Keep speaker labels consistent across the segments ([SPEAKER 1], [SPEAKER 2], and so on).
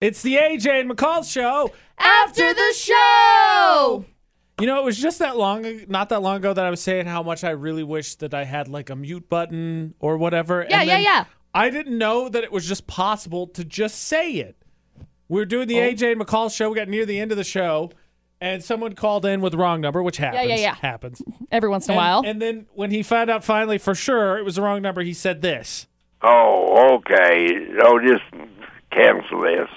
[SPEAKER 1] It's the AJ and McCall show.
[SPEAKER 2] After the show!
[SPEAKER 1] You know, it was just that long, not that long ago, that I was saying how much I really wish that I had like a mute button or whatever.
[SPEAKER 2] Yeah,
[SPEAKER 1] and
[SPEAKER 2] yeah,
[SPEAKER 1] then
[SPEAKER 2] yeah.
[SPEAKER 1] I didn't know that it was just possible to just say it. We were doing the
[SPEAKER 2] Oh.
[SPEAKER 1] AJ and McCall show. We got near the end of the show, and someone called in with the wrong number, which happens.
[SPEAKER 2] yeah.
[SPEAKER 1] Happens.
[SPEAKER 2] Every once in a while.
[SPEAKER 1] And, and then when he found out finally for sure it was the wrong number, he said this.
[SPEAKER 3] Oh, okay. Oh, just cancel this.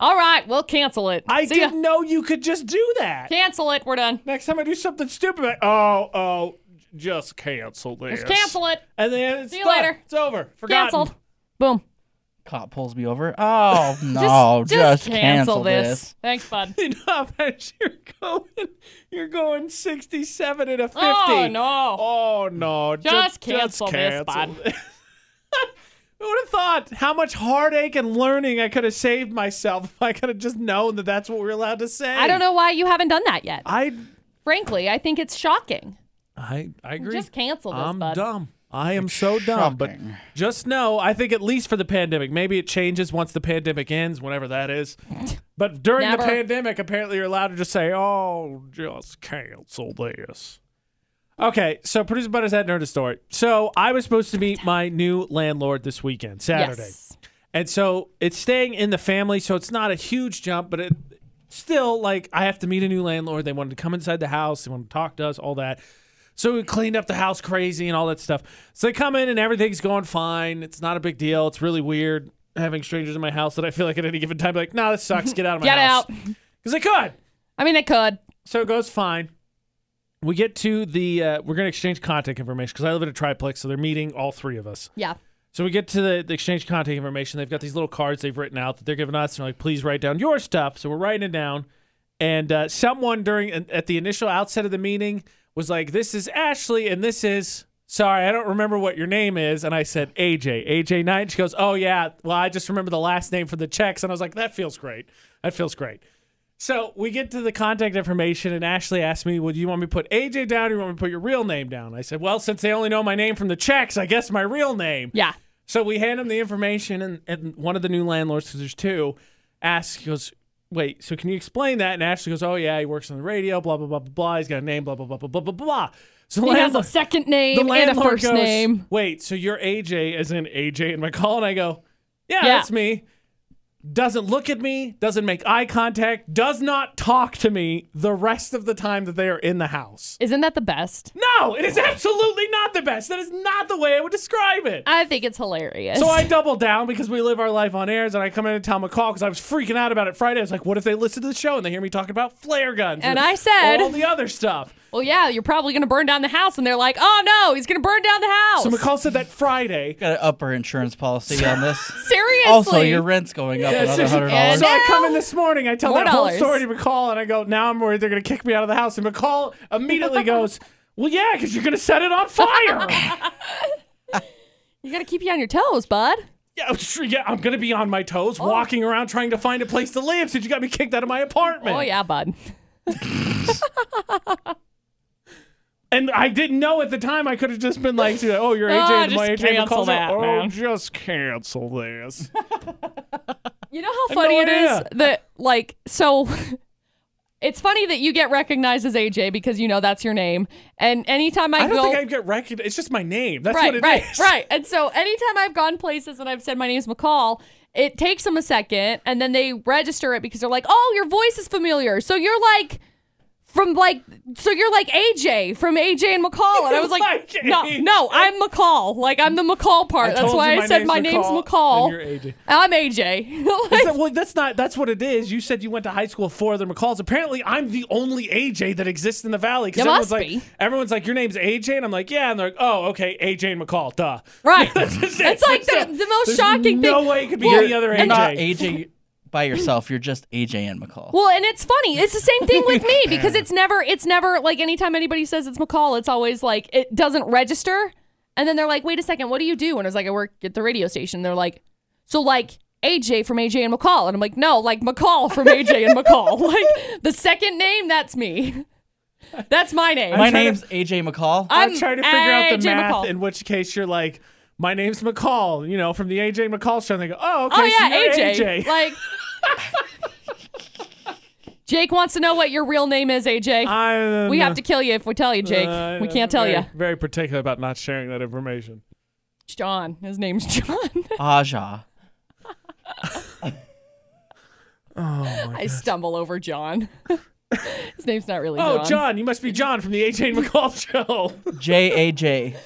[SPEAKER 2] All right, we'll cancel it.
[SPEAKER 1] I
[SPEAKER 2] See ya.
[SPEAKER 1] didn't know you could just do that.
[SPEAKER 2] Cancel it. We're done.
[SPEAKER 1] Next time I do something stupid, I, oh, oh, j- just cancel this.
[SPEAKER 2] Just cancel it.
[SPEAKER 1] And then it's
[SPEAKER 2] See you
[SPEAKER 1] done.
[SPEAKER 2] later.
[SPEAKER 1] It's over. Forgotten.
[SPEAKER 2] Canceled. Boom.
[SPEAKER 4] Cop pulls me over. Oh no! Just, cancel, this.
[SPEAKER 2] Thanks, bud.
[SPEAKER 1] You know how fast you're going? You're going 67 and a 50.
[SPEAKER 2] Oh, no.
[SPEAKER 1] Oh no! Ju-
[SPEAKER 2] Just cancel this,
[SPEAKER 1] cancel this. Who would have thought how much heartache and learning I could have saved myself if I could have just known that that's what we are allowed to say?
[SPEAKER 2] I don't know why you haven't done that yet.
[SPEAKER 1] I
[SPEAKER 2] Frankly, I think it's shocking.
[SPEAKER 1] I I agree.
[SPEAKER 2] Just cancel this,
[SPEAKER 1] I'm
[SPEAKER 2] bud.
[SPEAKER 1] dumb. I am so dumb. But
[SPEAKER 4] shocking.
[SPEAKER 1] just know, I think at least for the pandemic, maybe it changes once the pandemic ends, whenever that is. But during the
[SPEAKER 2] Never.
[SPEAKER 1] pandemic, apparently you're allowed to just say, "Oh, just cancel this." Okay, so producer Butters had heard a story. So I was supposed to meet my new landlord this weekend, Saturday,
[SPEAKER 2] Yes.
[SPEAKER 1] and so it's staying in the family, so it's not a huge jump, but it still like I have to meet a new landlord. They wanted to come inside the house, they wanted to talk to us, all that. So we cleaned up the house crazy and all that stuff. So they come in and everything's going fine. It's not a big deal. It's really weird having strangers in my house that I feel like at any given time, like, nah, this sucks. Get out of my
[SPEAKER 2] Get
[SPEAKER 1] house.
[SPEAKER 2] out.
[SPEAKER 1] Because they could.
[SPEAKER 2] I mean, it could.
[SPEAKER 1] So it goes fine. We get to the, uh, we're going to exchange contact information because I live in a triplex. So they're meeting all three of us.
[SPEAKER 2] Yeah.
[SPEAKER 1] So we get to the, the exchange contact information. They've got these little cards they've written out that they're giving us. And they're like, please write down your stuff. So we're writing it down. And uh, someone during at the initial outset of the meeting was like, this is Ashley and this is, sorry, I don't remember what your name is. And I said, AJ, AJ Knight. And she goes, oh, yeah. Well, I just remember the last name for the checks. And I was like, that feels great. That feels great. So we get to the contact information, and Ashley asked me, Well, do you want me to put AJ down or you want me to put your real name down? I said, Well, since they only know my name from the checks, I guess my real name.
[SPEAKER 2] Yeah.
[SPEAKER 1] So we hand him the information, and, and one of the new landlords, because there's two, asks, he goes, Wait, so can you explain that? And Ashley goes, Oh, yeah, he works on the radio, blah, blah, blah, blah, blah. He's got a name, blah, blah, blah, blah, blah, blah, blah. So
[SPEAKER 2] He has a
[SPEAKER 1] landlord-
[SPEAKER 2] second name and a first
[SPEAKER 1] goes,
[SPEAKER 2] name.
[SPEAKER 1] Wait, so you're AJ, as in AJ and McCall? And I go, Yeah,
[SPEAKER 2] Yeah.
[SPEAKER 1] that's me. Doesn't look at me, doesn't make eye contact, does not talk to me the rest of the time that they are in the house.
[SPEAKER 2] Isn't that the best?
[SPEAKER 1] No, it is absolutely not the best. That is not the way I would describe it.
[SPEAKER 2] I think it's hilarious.
[SPEAKER 1] So I double down because we live our life on airs, and I come in and tell McCall because I was freaking out about it Friday. I was like, "What if they listen to the show and they hear me talking about flare guns?"
[SPEAKER 2] And I said-
[SPEAKER 1] all the other stuff.
[SPEAKER 2] well, yeah, you're probably going to burn down the house. And they're like, oh, no, he's going to burn down the house.
[SPEAKER 1] So McCall said that Friday.
[SPEAKER 4] Got to up our insurance policy on this.
[SPEAKER 2] Seriously.
[SPEAKER 4] also, your rent's going up another
[SPEAKER 1] so-
[SPEAKER 4] hundred dollars.
[SPEAKER 1] So I
[SPEAKER 2] now-
[SPEAKER 1] come in this morning, I tell
[SPEAKER 2] More
[SPEAKER 1] that whole
[SPEAKER 2] dollars.
[SPEAKER 1] story to McCall, and I go, now I'm worried they're going to kick me out of the house. And McCall immediately goes, well, yeah, because you're going to set it on fire.
[SPEAKER 2] you got to keep you on your toes, bud.
[SPEAKER 1] yeah, I'm sure- yeah, I'm going to be on my toes
[SPEAKER 2] Oh.
[SPEAKER 1] walking around trying to find a place to live since you got me kicked out of my apartment.
[SPEAKER 2] Oh, yeah, bud.
[SPEAKER 1] And I didn't know at the time. I could have just been like, oh, you're AJ.
[SPEAKER 2] Ah,
[SPEAKER 1] and my
[SPEAKER 2] just
[SPEAKER 1] AJ
[SPEAKER 2] cancel
[SPEAKER 1] McCall's
[SPEAKER 2] that,
[SPEAKER 1] like, oh,
[SPEAKER 2] man."
[SPEAKER 1] just cancel this.
[SPEAKER 2] You know how
[SPEAKER 1] no
[SPEAKER 2] funny it is
[SPEAKER 1] idea.
[SPEAKER 2] that like so it's funny that you get recognized as AJ because you know that's your name. And anytime I,
[SPEAKER 1] I don't
[SPEAKER 2] go
[SPEAKER 1] think I'd get recognized. It's just my name. That's what it
[SPEAKER 2] right,
[SPEAKER 1] is.
[SPEAKER 2] right, right. And so anytime I've gone places and I've said my name's McCall, it takes them a second and then they register it because they're like, "Oh, your voice is familiar." So you're like from like so you're like AJ from AJ and McCall and I was like,
[SPEAKER 1] Like
[SPEAKER 2] no
[SPEAKER 1] AJ.
[SPEAKER 2] no I'm McCall like I'm the McCall part
[SPEAKER 1] I
[SPEAKER 2] that's
[SPEAKER 1] told
[SPEAKER 2] why
[SPEAKER 1] you
[SPEAKER 2] I said my name's McCall
[SPEAKER 1] and you're AJ.
[SPEAKER 2] I'm AJ Like-
[SPEAKER 1] Is that- well, that's not. That's what it is. You said you went to high school with four other McCalls. Apparently, I'm the only AJ that exists in the valley. Because
[SPEAKER 2] You
[SPEAKER 1] everyone's
[SPEAKER 2] must
[SPEAKER 1] like,
[SPEAKER 2] be.
[SPEAKER 1] everyone's like, your name's AJ, and I'm like, yeah, and they're like, oh, okay, AJ and McCall, duh.
[SPEAKER 2] Right.
[SPEAKER 1] That's just it.
[SPEAKER 2] It's like
[SPEAKER 1] That's
[SPEAKER 2] the-
[SPEAKER 1] it.
[SPEAKER 2] the most
[SPEAKER 1] There's
[SPEAKER 2] shocking
[SPEAKER 1] no
[SPEAKER 2] thing.
[SPEAKER 1] way it could be
[SPEAKER 2] Well,
[SPEAKER 1] any other
[SPEAKER 4] You're
[SPEAKER 1] AJ.
[SPEAKER 4] not AJ by yourself. You're just AJ and McCall.
[SPEAKER 2] Well, and it's funny. It's the same thing with me because it's never, it's never like anytime anybody says it's McCall, it's always like it doesn't register. And then they're like, wait a second, what do you do? And I was like, I work at the radio station. They're like, so like AJ from AJ and McCall. And I'm like, no, like McCall from AJ and McCall. Like the second name, that's me. That's my name.
[SPEAKER 4] My
[SPEAKER 1] I'm trying to-
[SPEAKER 4] name's AJ McCall.
[SPEAKER 2] I'm
[SPEAKER 1] I'm trying to figure out the
[SPEAKER 2] AJ
[SPEAKER 1] math.
[SPEAKER 2] McCall.
[SPEAKER 1] In which case, you're like, my name's McCall. You know, from the AJ McCall show. And they go, oh, okay,
[SPEAKER 2] oh,
[SPEAKER 1] so
[SPEAKER 2] yeah,
[SPEAKER 1] you're
[SPEAKER 2] AJ. Like, Jake wants to know what your real name is, AJ.
[SPEAKER 1] I,
[SPEAKER 2] we have to kill you if we tell you, Jake.
[SPEAKER 1] Uh,
[SPEAKER 2] we can't tell
[SPEAKER 1] very,
[SPEAKER 2] you.
[SPEAKER 1] Very particular about not sharing that information.
[SPEAKER 2] John. His name's
[SPEAKER 1] Oh
[SPEAKER 2] John.
[SPEAKER 4] Aja.
[SPEAKER 2] I stumble over John. His name's not really
[SPEAKER 1] Oh,
[SPEAKER 2] John.
[SPEAKER 1] John, you must be John from the AJ and McCall show.
[SPEAKER 4] J A J.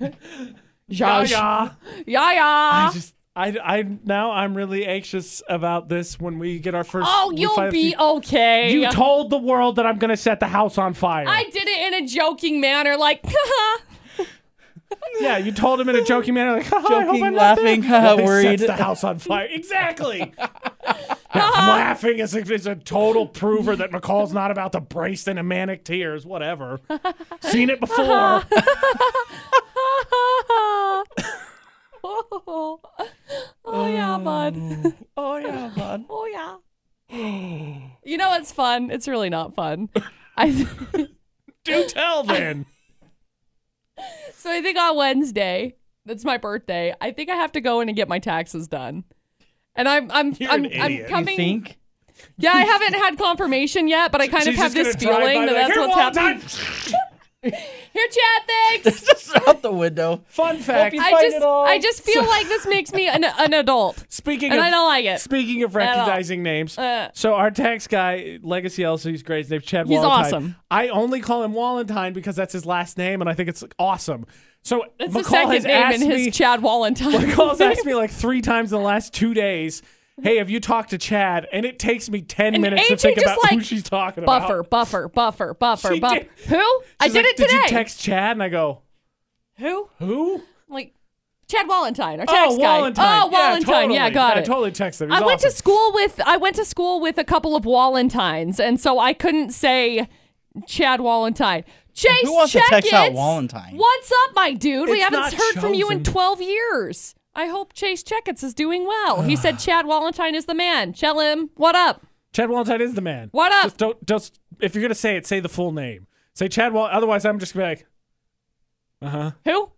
[SPEAKER 1] yeah,
[SPEAKER 2] Josh.
[SPEAKER 1] yeah.
[SPEAKER 2] Yeah,
[SPEAKER 1] I
[SPEAKER 2] yeah.
[SPEAKER 1] just, I, I, now I'm really anxious about this when we get our first.
[SPEAKER 2] Oh,
[SPEAKER 1] we
[SPEAKER 2] you'll
[SPEAKER 1] finally-
[SPEAKER 2] be okay.
[SPEAKER 1] You told the world that I'm gonna set the house on fire.
[SPEAKER 2] I did it in a joking manner, like,
[SPEAKER 1] yeah, you told him in a joking manner, like "Haha, I hope
[SPEAKER 4] Joking,
[SPEAKER 1] I'm not there."
[SPEAKER 4] laughing, haha,
[SPEAKER 1] Well, he
[SPEAKER 4] worried.
[SPEAKER 1] Sets the house on fire. Exactly. Yeah, laughing is a, is a total prover that McCall's not about to brace into manic tears. Whatever. Seen it before.
[SPEAKER 2] oh, yeah, bud.
[SPEAKER 4] Oh yeah, bud.
[SPEAKER 2] Oh yeah. You know it's fun. It's really not fun. I
[SPEAKER 1] Do tell then.
[SPEAKER 2] so I think on Wednesday, that's my birthday. I think I have to go in and get my taxes done. And I'm I'm
[SPEAKER 1] You're
[SPEAKER 2] I'm,
[SPEAKER 1] an
[SPEAKER 2] I'm
[SPEAKER 1] idiot. You
[SPEAKER 4] You
[SPEAKER 2] coming.
[SPEAKER 4] think?
[SPEAKER 2] Yeah, I haven't had confirmation yet, but I kind
[SPEAKER 1] She's
[SPEAKER 2] of have
[SPEAKER 1] just gonna
[SPEAKER 2] this
[SPEAKER 1] drive by
[SPEAKER 2] feeling that
[SPEAKER 1] like,
[SPEAKER 2] that's
[SPEAKER 1] "Here,
[SPEAKER 2] what's
[SPEAKER 1] Walt,
[SPEAKER 2] happening.
[SPEAKER 1] I'm-
[SPEAKER 2] Here, Chad. Thanks.
[SPEAKER 4] Just out the window.
[SPEAKER 1] Fun fact.
[SPEAKER 4] you-
[SPEAKER 2] I
[SPEAKER 4] fight
[SPEAKER 2] just
[SPEAKER 4] it all.
[SPEAKER 2] I just feel like this makes me an, an adult,
[SPEAKER 1] Speaking
[SPEAKER 2] and
[SPEAKER 1] of
[SPEAKER 2] I don't like it.
[SPEAKER 1] Speaking of
[SPEAKER 2] all.
[SPEAKER 1] recognizing names,
[SPEAKER 2] Uh.
[SPEAKER 1] so our tax guy, Legacy Elsa, he's great. His name's Chad
[SPEAKER 2] He's
[SPEAKER 1] Wallentine.
[SPEAKER 2] awesome.
[SPEAKER 1] I only call him Wallentine because that's his last name, and I think it's like, awesome. So
[SPEAKER 2] That's the
[SPEAKER 1] McCall
[SPEAKER 2] second
[SPEAKER 1] has
[SPEAKER 2] name
[SPEAKER 1] asked
[SPEAKER 2] in his
[SPEAKER 1] me.
[SPEAKER 2] Chad Wallentine.
[SPEAKER 1] McCall's asked me like three times in the last two days. Hey, have you talked to Chad? And it takes me ten
[SPEAKER 2] And
[SPEAKER 1] minutes to
[SPEAKER 2] AJ
[SPEAKER 1] think
[SPEAKER 2] just
[SPEAKER 1] about who
[SPEAKER 2] like,
[SPEAKER 1] she's talking
[SPEAKER 2] Buffer,
[SPEAKER 1] about.
[SPEAKER 2] buffer, buffer, buffer,
[SPEAKER 1] She
[SPEAKER 2] buffer.
[SPEAKER 1] did-
[SPEAKER 2] Who? I
[SPEAKER 1] She's
[SPEAKER 2] did
[SPEAKER 1] like,
[SPEAKER 2] it today.
[SPEAKER 1] Did you text Chad? And I go,
[SPEAKER 2] Who?
[SPEAKER 1] who?
[SPEAKER 2] I'm like Chad Wallentine, our tax
[SPEAKER 1] oh,
[SPEAKER 2] guy.
[SPEAKER 1] Wallentine.
[SPEAKER 2] Oh,
[SPEAKER 1] yeah,
[SPEAKER 2] Wallentine.
[SPEAKER 1] totally.
[SPEAKER 2] Yeah, got
[SPEAKER 1] I
[SPEAKER 2] it.
[SPEAKER 1] totally texted him.
[SPEAKER 2] I
[SPEAKER 1] He's
[SPEAKER 2] went
[SPEAKER 1] awesome.
[SPEAKER 2] to school with I went to school with a couple of Wallentines, and so I couldn't say Chad Wallentine. Chase,
[SPEAKER 4] Who wants to
[SPEAKER 2] check
[SPEAKER 4] text out
[SPEAKER 2] it.
[SPEAKER 4] Wallentine?
[SPEAKER 2] What's up, my dude? we
[SPEAKER 1] It's
[SPEAKER 2] haven't heard
[SPEAKER 1] not
[SPEAKER 2] from you in
[SPEAKER 1] chosen.
[SPEAKER 2] 12 years. I hope Chase Checkets is doing well. He said Chad Wallentine is the man. Tell him what up.
[SPEAKER 1] Chad Wallentine is the man.
[SPEAKER 2] What up?
[SPEAKER 1] Just don't just if you're gonna say it, say the full name. Say Chad Wall. Otherwise, I'm just gonna be like,
[SPEAKER 2] Who?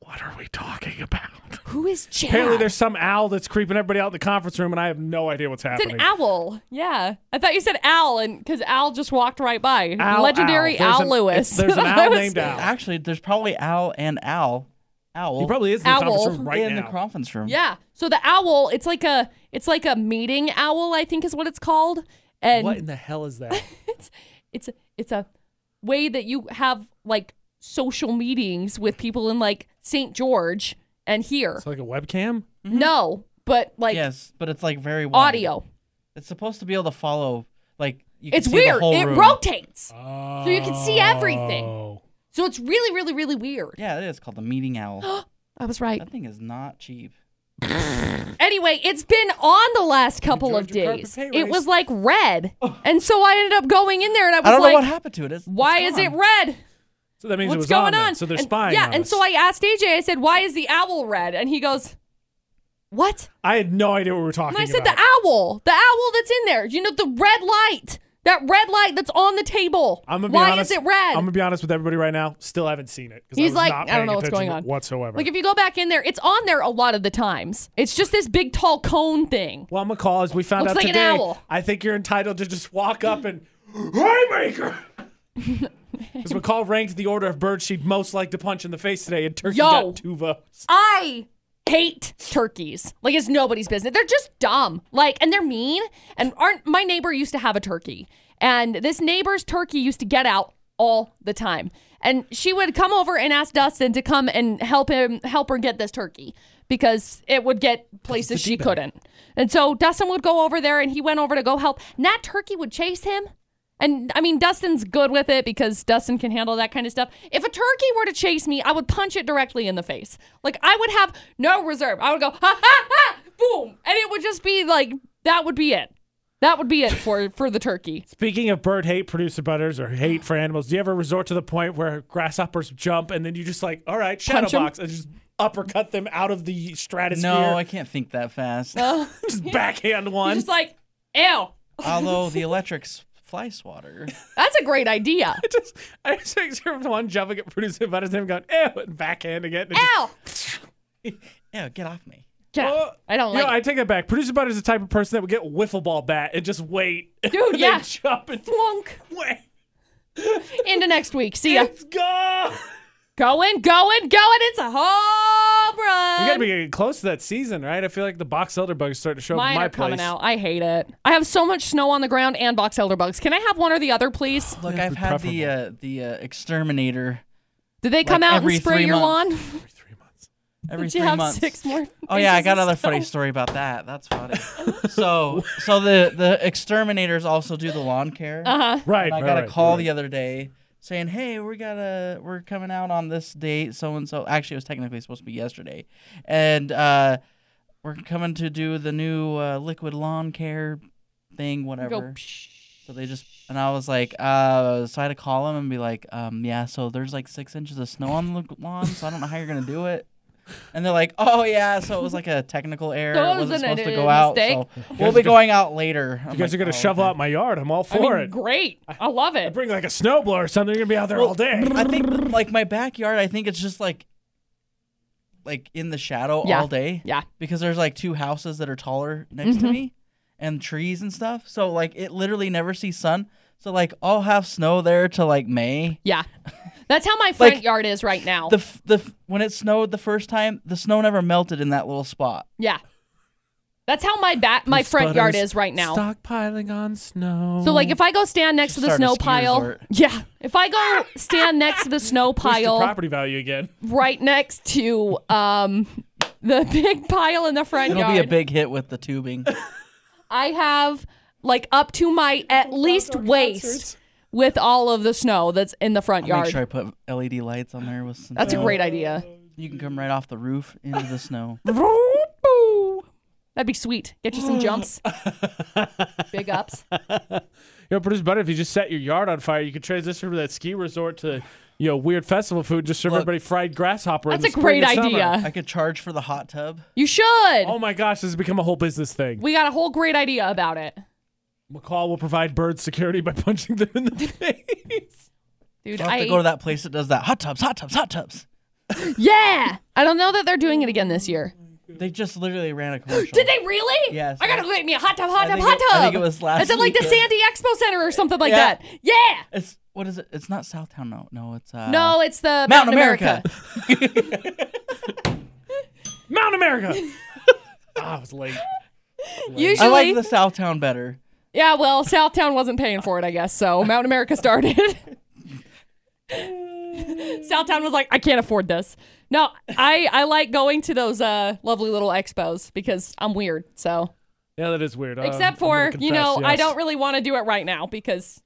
[SPEAKER 1] what are we talking about?
[SPEAKER 2] Who is Chad?
[SPEAKER 1] Apparently, there's some owl that's creeping everybody out in the conference room, and I have no idea what's
[SPEAKER 2] It's
[SPEAKER 1] happening.
[SPEAKER 2] an owl. Yeah. I thought you said Al, and because Al just walked right by.
[SPEAKER 1] Owl,
[SPEAKER 2] Legendary
[SPEAKER 1] owl. There's
[SPEAKER 2] Al
[SPEAKER 1] an-
[SPEAKER 2] Lewis.
[SPEAKER 1] it's- there's an
[SPEAKER 2] I
[SPEAKER 1] owl
[SPEAKER 2] was-
[SPEAKER 1] named Owl.
[SPEAKER 4] Actually, there's probably Al and Al. Owl.
[SPEAKER 1] He probably is in the conference
[SPEAKER 2] Owl.
[SPEAKER 1] room right
[SPEAKER 4] in
[SPEAKER 1] now.
[SPEAKER 4] the conference room.
[SPEAKER 2] Yeah. So the owl, it's like a it's like a meeting owl, I think is what it's called. And
[SPEAKER 1] what in the hell is that?
[SPEAKER 2] it's it's a, it's a way that you have like social meetings with people in like St. George and here.
[SPEAKER 1] It's like a webcam.
[SPEAKER 2] Mm-hmm. No, but like
[SPEAKER 4] yes, but it's like very wide.
[SPEAKER 2] audio.
[SPEAKER 4] It's supposed to be able to follow. Like you can
[SPEAKER 2] It's
[SPEAKER 4] see The
[SPEAKER 2] weird.
[SPEAKER 4] whole
[SPEAKER 2] It
[SPEAKER 4] room.
[SPEAKER 2] rotates.
[SPEAKER 1] Oh.
[SPEAKER 2] So you can see everything. So it's really really really weird.
[SPEAKER 4] Yeah, it is called the meeting owl.
[SPEAKER 2] I was right.
[SPEAKER 4] that thing is not cheap.
[SPEAKER 2] Anyway, it's been on the last couple of
[SPEAKER 1] Georgia carpet
[SPEAKER 2] days.
[SPEAKER 1] pay
[SPEAKER 2] It
[SPEAKER 1] raise.
[SPEAKER 2] was like red. And so I ended up going in there and I was
[SPEAKER 4] I don't
[SPEAKER 2] like
[SPEAKER 4] know what happened to it. It's,
[SPEAKER 2] why
[SPEAKER 4] it's
[SPEAKER 2] is it
[SPEAKER 4] gone.
[SPEAKER 2] red?
[SPEAKER 1] So that means it
[SPEAKER 2] What's
[SPEAKER 1] was
[SPEAKER 2] going
[SPEAKER 1] then.
[SPEAKER 2] on?
[SPEAKER 1] So they're
[SPEAKER 2] And-
[SPEAKER 1] spying.
[SPEAKER 2] Yeah,
[SPEAKER 1] on
[SPEAKER 2] and
[SPEAKER 1] us.
[SPEAKER 2] so I asked AJ. I said, "Why is the owl red?" And he goes, "What?"
[SPEAKER 1] I had no idea what we were talking
[SPEAKER 2] And I said,
[SPEAKER 1] about.
[SPEAKER 2] "The owl, the owl that's in there. You know, the red light, that red light that's on the table.
[SPEAKER 1] I'm gonna be
[SPEAKER 2] Why
[SPEAKER 1] honest,
[SPEAKER 2] is it red?"
[SPEAKER 1] I'm gonna be honest with everybody right now. Still haven't seen it. 'cause I
[SPEAKER 2] He's
[SPEAKER 1] was
[SPEAKER 2] like,
[SPEAKER 1] not
[SPEAKER 2] "I don't know
[SPEAKER 1] paying
[SPEAKER 2] what's going
[SPEAKER 1] attention
[SPEAKER 2] on."
[SPEAKER 1] whatsoever.
[SPEAKER 2] like if you go back in there, it's on there a lot of the times. It's just this big tall cone thing.
[SPEAKER 1] Well, McCall, as we found
[SPEAKER 2] Looks
[SPEAKER 1] out
[SPEAKER 2] like an
[SPEAKER 1] today,
[SPEAKER 2] owl.
[SPEAKER 1] I think you're entitled to just walk up and haymaker. Because McCall ranked the order of birds she'd most like to punch in the face today, and turkey
[SPEAKER 2] Yo.
[SPEAKER 1] got two votes.
[SPEAKER 2] I hate turkeys. Like it's nobody's business. They're just dumb. Like and they're mean. And aren't my neighbor used to have a turkey. And this neighbor's turkey used to get out all the time. And she would come over and ask Dustin to come and help him help her get this turkey because it would get places she couldn't. And so Dustin would go over there and he went over to go help. And that turkey would chase him. And I mean, Dustin's good with it because Dustin can handle that kind of stuff. If a turkey were to chase me, I would punch it directly in the face. Like, I would have no reserve. I would go, ha, ha, ha, boom. And it would just be like, that would be it. That would be it for, for the turkey.
[SPEAKER 1] Speaking of bird hate producer butters or hate for animals, do you ever resort to the point where grasshoppers jump and then you just like, all right, shadow
[SPEAKER 2] Punch 'em?
[SPEAKER 1] box, and just uppercut them out of the stratosphere?
[SPEAKER 4] No, I can't think that fast.
[SPEAKER 2] Oh.
[SPEAKER 1] just backhand
[SPEAKER 2] It's
[SPEAKER 1] one.
[SPEAKER 2] just like, ew.
[SPEAKER 4] Although the electric s- fly swatter.
[SPEAKER 2] That's a great idea.
[SPEAKER 1] I just, I just picture one jumping at producer butters and him going, ew, and backhanding it. And it just-
[SPEAKER 2] Ow.
[SPEAKER 4] Yeah, get off me.
[SPEAKER 2] Yeah,
[SPEAKER 1] Oh,
[SPEAKER 2] I don't
[SPEAKER 1] you know,
[SPEAKER 2] like.
[SPEAKER 1] I take that back. Producer Bud is the type of person that would get a wiffle ball bat and just wait.
[SPEAKER 2] Dude,
[SPEAKER 1] They
[SPEAKER 2] yeah.
[SPEAKER 1] jump and
[SPEAKER 2] Flunk
[SPEAKER 1] wait.
[SPEAKER 2] into next week. See ya.
[SPEAKER 1] It's gone.
[SPEAKER 2] Going, going, going. It's a home run.
[SPEAKER 1] You gotta be getting close to that season, right? I feel like the box elder bugs starting to show up
[SPEAKER 2] Um, Mine
[SPEAKER 1] in my
[SPEAKER 2] are coming
[SPEAKER 1] place.
[SPEAKER 2] out. I hate it. I have so much snow on the ground and box elder bugs. Can I have one or the other, please?
[SPEAKER 4] Look,
[SPEAKER 1] That'd
[SPEAKER 4] I've
[SPEAKER 1] be
[SPEAKER 4] had the uh, the uh, exterminator
[SPEAKER 2] Did they come
[SPEAKER 4] Like
[SPEAKER 2] out and
[SPEAKER 4] every
[SPEAKER 2] spray
[SPEAKER 4] three
[SPEAKER 2] your
[SPEAKER 4] months.
[SPEAKER 2] lawn?
[SPEAKER 1] Every three months.
[SPEAKER 4] every
[SPEAKER 2] Did you
[SPEAKER 4] three
[SPEAKER 2] have
[SPEAKER 4] months.
[SPEAKER 2] six more?
[SPEAKER 4] Oh yeah, I
[SPEAKER 2] inches
[SPEAKER 4] got
[SPEAKER 2] of
[SPEAKER 4] another funny
[SPEAKER 2] snow?
[SPEAKER 4] story about that. That's funny. so so the the exterminators also do the lawn care.
[SPEAKER 2] Uh huh.
[SPEAKER 1] Right.
[SPEAKER 4] And I
[SPEAKER 1] right,
[SPEAKER 4] got a
[SPEAKER 1] right.
[SPEAKER 4] call the other day saying, "Hey, we got to we're coming out on this date, so and so." Actually, it was technically supposed to be yesterday, and uh, we're coming to do the new uh, liquid lawn care thing,
[SPEAKER 2] Go.
[SPEAKER 4] whatever.
[SPEAKER 2] psh.
[SPEAKER 4] So they just and I was like, uh, so I had to call them and be like, um, yeah, so there's like six inches of snow on the lawn, so I don't know how you're gonna do it. And they're like, oh yeah, so it was like a technical error.
[SPEAKER 2] So it
[SPEAKER 4] it wasn't
[SPEAKER 2] was an-
[SPEAKER 4] supposed to
[SPEAKER 2] a
[SPEAKER 4] go out.
[SPEAKER 2] mistake.
[SPEAKER 4] So we'll be going out later. "Oh,
[SPEAKER 1] You guys are gonna shovel out my yard. I'm all
[SPEAKER 2] I
[SPEAKER 1] for
[SPEAKER 2] mean,
[SPEAKER 1] it.
[SPEAKER 2] great. I love it.
[SPEAKER 1] Bring like a snowblower or something. You're gonna be out there all day.
[SPEAKER 4] I think like my backyard. I think it's just like, like in the shadow
[SPEAKER 2] Yeah.
[SPEAKER 4] all day
[SPEAKER 2] Yeah. Mm-hmm.
[SPEAKER 4] because there's like two houses that are taller next to me, and trees and stuff. So like it literally never sees sun. So like I'll have snow there till like May.
[SPEAKER 2] Yeah. That's how my front
[SPEAKER 4] Like,
[SPEAKER 2] yard is right now.
[SPEAKER 4] The f- the f- when it snowed the first time, the snow never melted in that little spot.
[SPEAKER 2] yeah. That's how my bat my front yard is right now.
[SPEAKER 1] Stockpiling on snow.
[SPEAKER 2] So like if I go stand next to
[SPEAKER 4] Should
[SPEAKER 2] the
[SPEAKER 4] start a
[SPEAKER 2] snow
[SPEAKER 4] ski
[SPEAKER 2] pile,
[SPEAKER 4] resort.
[SPEAKER 2] yeah. If I go stand next to the snow
[SPEAKER 1] Boost the
[SPEAKER 2] pile
[SPEAKER 1] property value again.
[SPEAKER 2] right next to um the big pile in the front
[SPEAKER 4] It'll
[SPEAKER 2] yard,
[SPEAKER 4] be a big hit with the tubing.
[SPEAKER 2] I have like up to my at least waist with all of the snow that's in the front
[SPEAKER 4] Make
[SPEAKER 2] yard.
[SPEAKER 4] sure I put LED lights on there with some.
[SPEAKER 2] that's a great idea.
[SPEAKER 4] You can come right off the roof into the snow.
[SPEAKER 2] That'd be sweet. Get you some jumps. big ups.
[SPEAKER 1] You know, produce butter. If you just set your yard on fire, you could transition from that ski resort to you know weird festival food. Just serve
[SPEAKER 4] Look.
[SPEAKER 1] everybody fried grasshopper. in
[SPEAKER 2] That's
[SPEAKER 1] the
[SPEAKER 2] a
[SPEAKER 1] spring
[SPEAKER 2] great
[SPEAKER 1] and summer.
[SPEAKER 2] idea.
[SPEAKER 4] I could charge for the hot tub.
[SPEAKER 2] You should.
[SPEAKER 1] Oh my gosh, this has become a whole business thing.
[SPEAKER 2] We got a whole great idea about it.
[SPEAKER 1] McCall will provide bird security by punching them in the face.
[SPEAKER 2] Dude,
[SPEAKER 4] I'll have
[SPEAKER 2] I
[SPEAKER 4] to go to that place that does that. Hot tubs, hot tubs, hot tubs.
[SPEAKER 2] Yeah. I don't know that they're doing it again this year.
[SPEAKER 4] They just literally ran a commercial.
[SPEAKER 2] Did they really?
[SPEAKER 4] Yes.
[SPEAKER 2] I gotta go get me a hot tub, hot
[SPEAKER 4] I
[SPEAKER 2] tub,
[SPEAKER 4] think
[SPEAKER 2] hot
[SPEAKER 4] it-
[SPEAKER 2] tub.
[SPEAKER 4] I think it was last
[SPEAKER 2] It's at like the
[SPEAKER 4] weekend.
[SPEAKER 2] Sandy Expo Center or something like
[SPEAKER 4] Yeah.
[SPEAKER 2] that. Yeah.
[SPEAKER 4] It's what is it? It's not Southtown. No, no, it's uh,
[SPEAKER 2] No, it's the
[SPEAKER 4] Mountain America.
[SPEAKER 1] Mount America. ah, I was late.
[SPEAKER 2] Usually,
[SPEAKER 4] I like the Southtown better.
[SPEAKER 2] yeah. Well, Southtown wasn't paying for it, I guess. So Mountain America started. Southtown was like, I can't afford this. No, I I like going to those uh, lovely little expos because I'm weird. So
[SPEAKER 1] Yeah, that is weird. Um,
[SPEAKER 2] except
[SPEAKER 1] I'm
[SPEAKER 2] for
[SPEAKER 1] gonna confess,
[SPEAKER 2] you know, I
[SPEAKER 1] yes.
[SPEAKER 2] don't really want to do it right now because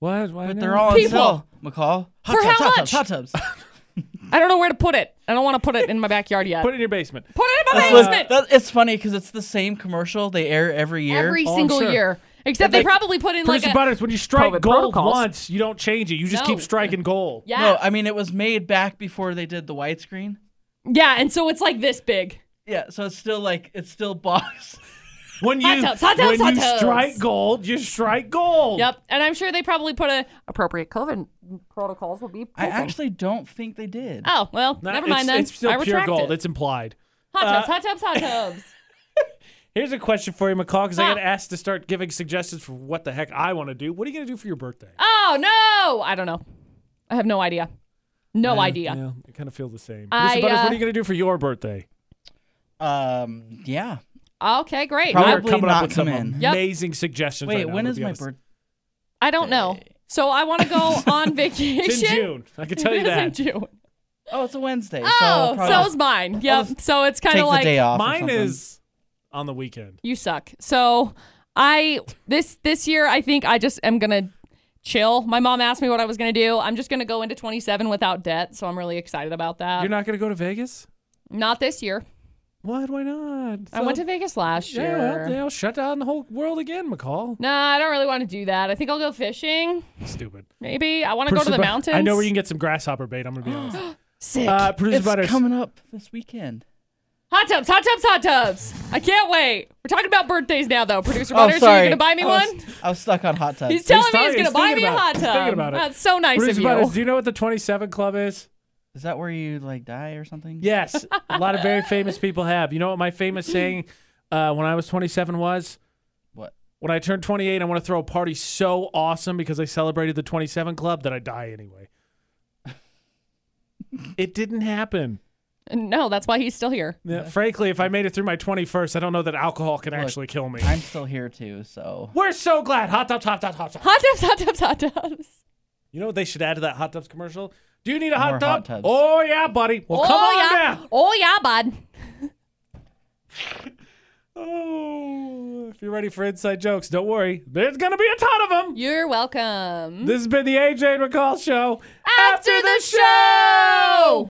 [SPEAKER 1] What? Why
[SPEAKER 4] But
[SPEAKER 1] not?
[SPEAKER 4] they're all on
[SPEAKER 2] People.
[SPEAKER 4] sale. McCall. Hot
[SPEAKER 2] For
[SPEAKER 4] tubs,
[SPEAKER 2] how
[SPEAKER 4] hot
[SPEAKER 2] much?
[SPEAKER 4] tubs, hot tubs.
[SPEAKER 2] I don't know where to put it. I don't want to put it in my backyard yet.
[SPEAKER 1] Put it in your basement.
[SPEAKER 2] Put it in my
[SPEAKER 4] That's
[SPEAKER 2] basement.
[SPEAKER 4] what- that- it's funny because it's the same commercial they air every year.
[SPEAKER 2] every
[SPEAKER 1] Oh, I'm
[SPEAKER 2] single
[SPEAKER 1] sure.
[SPEAKER 2] year. Except they
[SPEAKER 4] like,
[SPEAKER 2] probably put in like
[SPEAKER 1] Producer
[SPEAKER 2] a
[SPEAKER 1] Butters, when you strike
[SPEAKER 2] COVID
[SPEAKER 1] gold
[SPEAKER 2] protocols.
[SPEAKER 1] once, you don't change it. You just
[SPEAKER 2] No.
[SPEAKER 1] keep striking gold.
[SPEAKER 2] yeah,
[SPEAKER 4] No, I mean it was made back before they did the widescreen.
[SPEAKER 2] yeah, and so it's like this big.
[SPEAKER 4] Yeah, so it's still like it's still box.
[SPEAKER 1] When you
[SPEAKER 2] Hot tubs, hot tubs,
[SPEAKER 1] when
[SPEAKER 2] hot
[SPEAKER 1] you
[SPEAKER 2] tubs.
[SPEAKER 1] strike gold, you strike gold.
[SPEAKER 2] Yep, and I'm sure they probably put a appropriate COVID protocols will be.
[SPEAKER 4] I actually don't think they did.
[SPEAKER 2] Oh well,
[SPEAKER 1] Nah,
[SPEAKER 2] never
[SPEAKER 1] it's-
[SPEAKER 2] mind then.
[SPEAKER 1] It's still
[SPEAKER 2] I
[SPEAKER 1] pure
[SPEAKER 2] retract
[SPEAKER 1] gold.
[SPEAKER 2] it.
[SPEAKER 1] It's uh, implied.
[SPEAKER 2] hot tubs, hot tubs, hot tubs.
[SPEAKER 1] Here's a question for you, McCall, because I
[SPEAKER 2] Huh.
[SPEAKER 1] got asked to start giving suggestions for what the heck I want to do. What are you going to do for your birthday?
[SPEAKER 2] oh no, I don't know. I have no idea. No
[SPEAKER 1] Yeah,
[SPEAKER 2] idea.
[SPEAKER 1] Yeah, I kind of feel the same.
[SPEAKER 2] I,
[SPEAKER 1] Mr. Butters,
[SPEAKER 2] uh,
[SPEAKER 1] what are you going to do for your birthday?
[SPEAKER 4] Um, yeah.
[SPEAKER 2] Okay, great.
[SPEAKER 4] Probably-
[SPEAKER 1] We're coming up
[SPEAKER 4] not
[SPEAKER 1] with some
[SPEAKER 4] come in.
[SPEAKER 2] Yep.
[SPEAKER 1] amazing suggestions.
[SPEAKER 4] Wait,
[SPEAKER 1] right now,
[SPEAKER 4] when
[SPEAKER 1] to
[SPEAKER 4] is
[SPEAKER 1] be
[SPEAKER 4] my
[SPEAKER 1] honest.
[SPEAKER 4] birthday?
[SPEAKER 2] I don't know. So I want to go on vacation.
[SPEAKER 1] It's in June. I can tell you
[SPEAKER 2] It is in
[SPEAKER 1] that.
[SPEAKER 2] June.
[SPEAKER 4] Oh, it's a Wednesday. so I'll
[SPEAKER 2] Oh,
[SPEAKER 4] probably
[SPEAKER 2] so is mine. Yep.
[SPEAKER 4] just
[SPEAKER 2] so it's kind
[SPEAKER 4] take
[SPEAKER 2] of like
[SPEAKER 4] the day off. or
[SPEAKER 1] Mine
[SPEAKER 4] something.
[SPEAKER 1] is on the weekend.
[SPEAKER 2] you suck. So I this this year I think I just am gonna chill. My mom asked me what I was gonna do. I'm just gonna go into 27 without debt, so I'm really excited about that.
[SPEAKER 1] You're not going to go to Vegas?
[SPEAKER 2] Not this year.
[SPEAKER 1] What? Why not?
[SPEAKER 2] I went to Vegas last
[SPEAKER 1] Yeah,
[SPEAKER 2] year.
[SPEAKER 1] well, they'll shut down the whole world again, McCall.
[SPEAKER 2] No, I don't really want to do that. I think I'll go fishing.
[SPEAKER 1] Stupid.
[SPEAKER 2] Maybe I want to go to
[SPEAKER 1] Producer Bu-
[SPEAKER 2] the mountains.
[SPEAKER 1] I know where you can get some grasshopper bait. I'm going to be honest.
[SPEAKER 2] Sick.
[SPEAKER 1] Uh, Producer
[SPEAKER 4] It's
[SPEAKER 1] Butters.
[SPEAKER 4] coming up this weekend.
[SPEAKER 2] hot tubs, hot tubs, hot tubs. I can't wait. We're talking about birthdays now, though. Producer
[SPEAKER 4] Oh,
[SPEAKER 2] Butters, are
[SPEAKER 4] sorry.
[SPEAKER 2] you gonna buy me
[SPEAKER 4] I was-
[SPEAKER 2] one?
[SPEAKER 4] I was stuck on hot tubs.
[SPEAKER 2] He's telling me
[SPEAKER 1] talking-
[SPEAKER 2] he's gonna
[SPEAKER 1] he's
[SPEAKER 2] buy
[SPEAKER 1] thinking
[SPEAKER 2] me a
[SPEAKER 1] about it.
[SPEAKER 2] hot
[SPEAKER 1] He's
[SPEAKER 2] tub.
[SPEAKER 1] thinking about it.
[SPEAKER 2] That's so nice
[SPEAKER 1] Producer
[SPEAKER 2] of you.
[SPEAKER 1] Butters, do you know what the 27 Club is?
[SPEAKER 4] Is that where you like die or something?
[SPEAKER 1] Yes, a lot of very famous people have. You know what my famous saying uh, when I was 27 was?
[SPEAKER 4] What?
[SPEAKER 1] When I turned 28, I want to throw a party so awesome because I celebrated the 27 Club that I die anyway. it didn't happen.
[SPEAKER 2] No, that's why he's still here.
[SPEAKER 1] Yeah, Frankly, if I made it through my 21st, I don't know that alcohol can actually kill me.
[SPEAKER 4] I'm still here too, so
[SPEAKER 1] We're so glad. Hot tub, hot tub, hot tub.
[SPEAKER 2] Hot tubs, hot tubs, hot tubs.
[SPEAKER 1] You know what they should add to that hot tubs commercial? Do you need a hot
[SPEAKER 4] More
[SPEAKER 1] tub?
[SPEAKER 4] hot tubs.
[SPEAKER 1] Oh yeah, buddy. Well, come on
[SPEAKER 2] yeah.
[SPEAKER 1] down.
[SPEAKER 2] Oh yeah, bud.
[SPEAKER 1] Oh, if you're ready for inside jokes, don't worry. There's gonna be a ton of them.
[SPEAKER 2] You're welcome.
[SPEAKER 1] This has been the AJ and McCall Show.
[SPEAKER 2] After the show.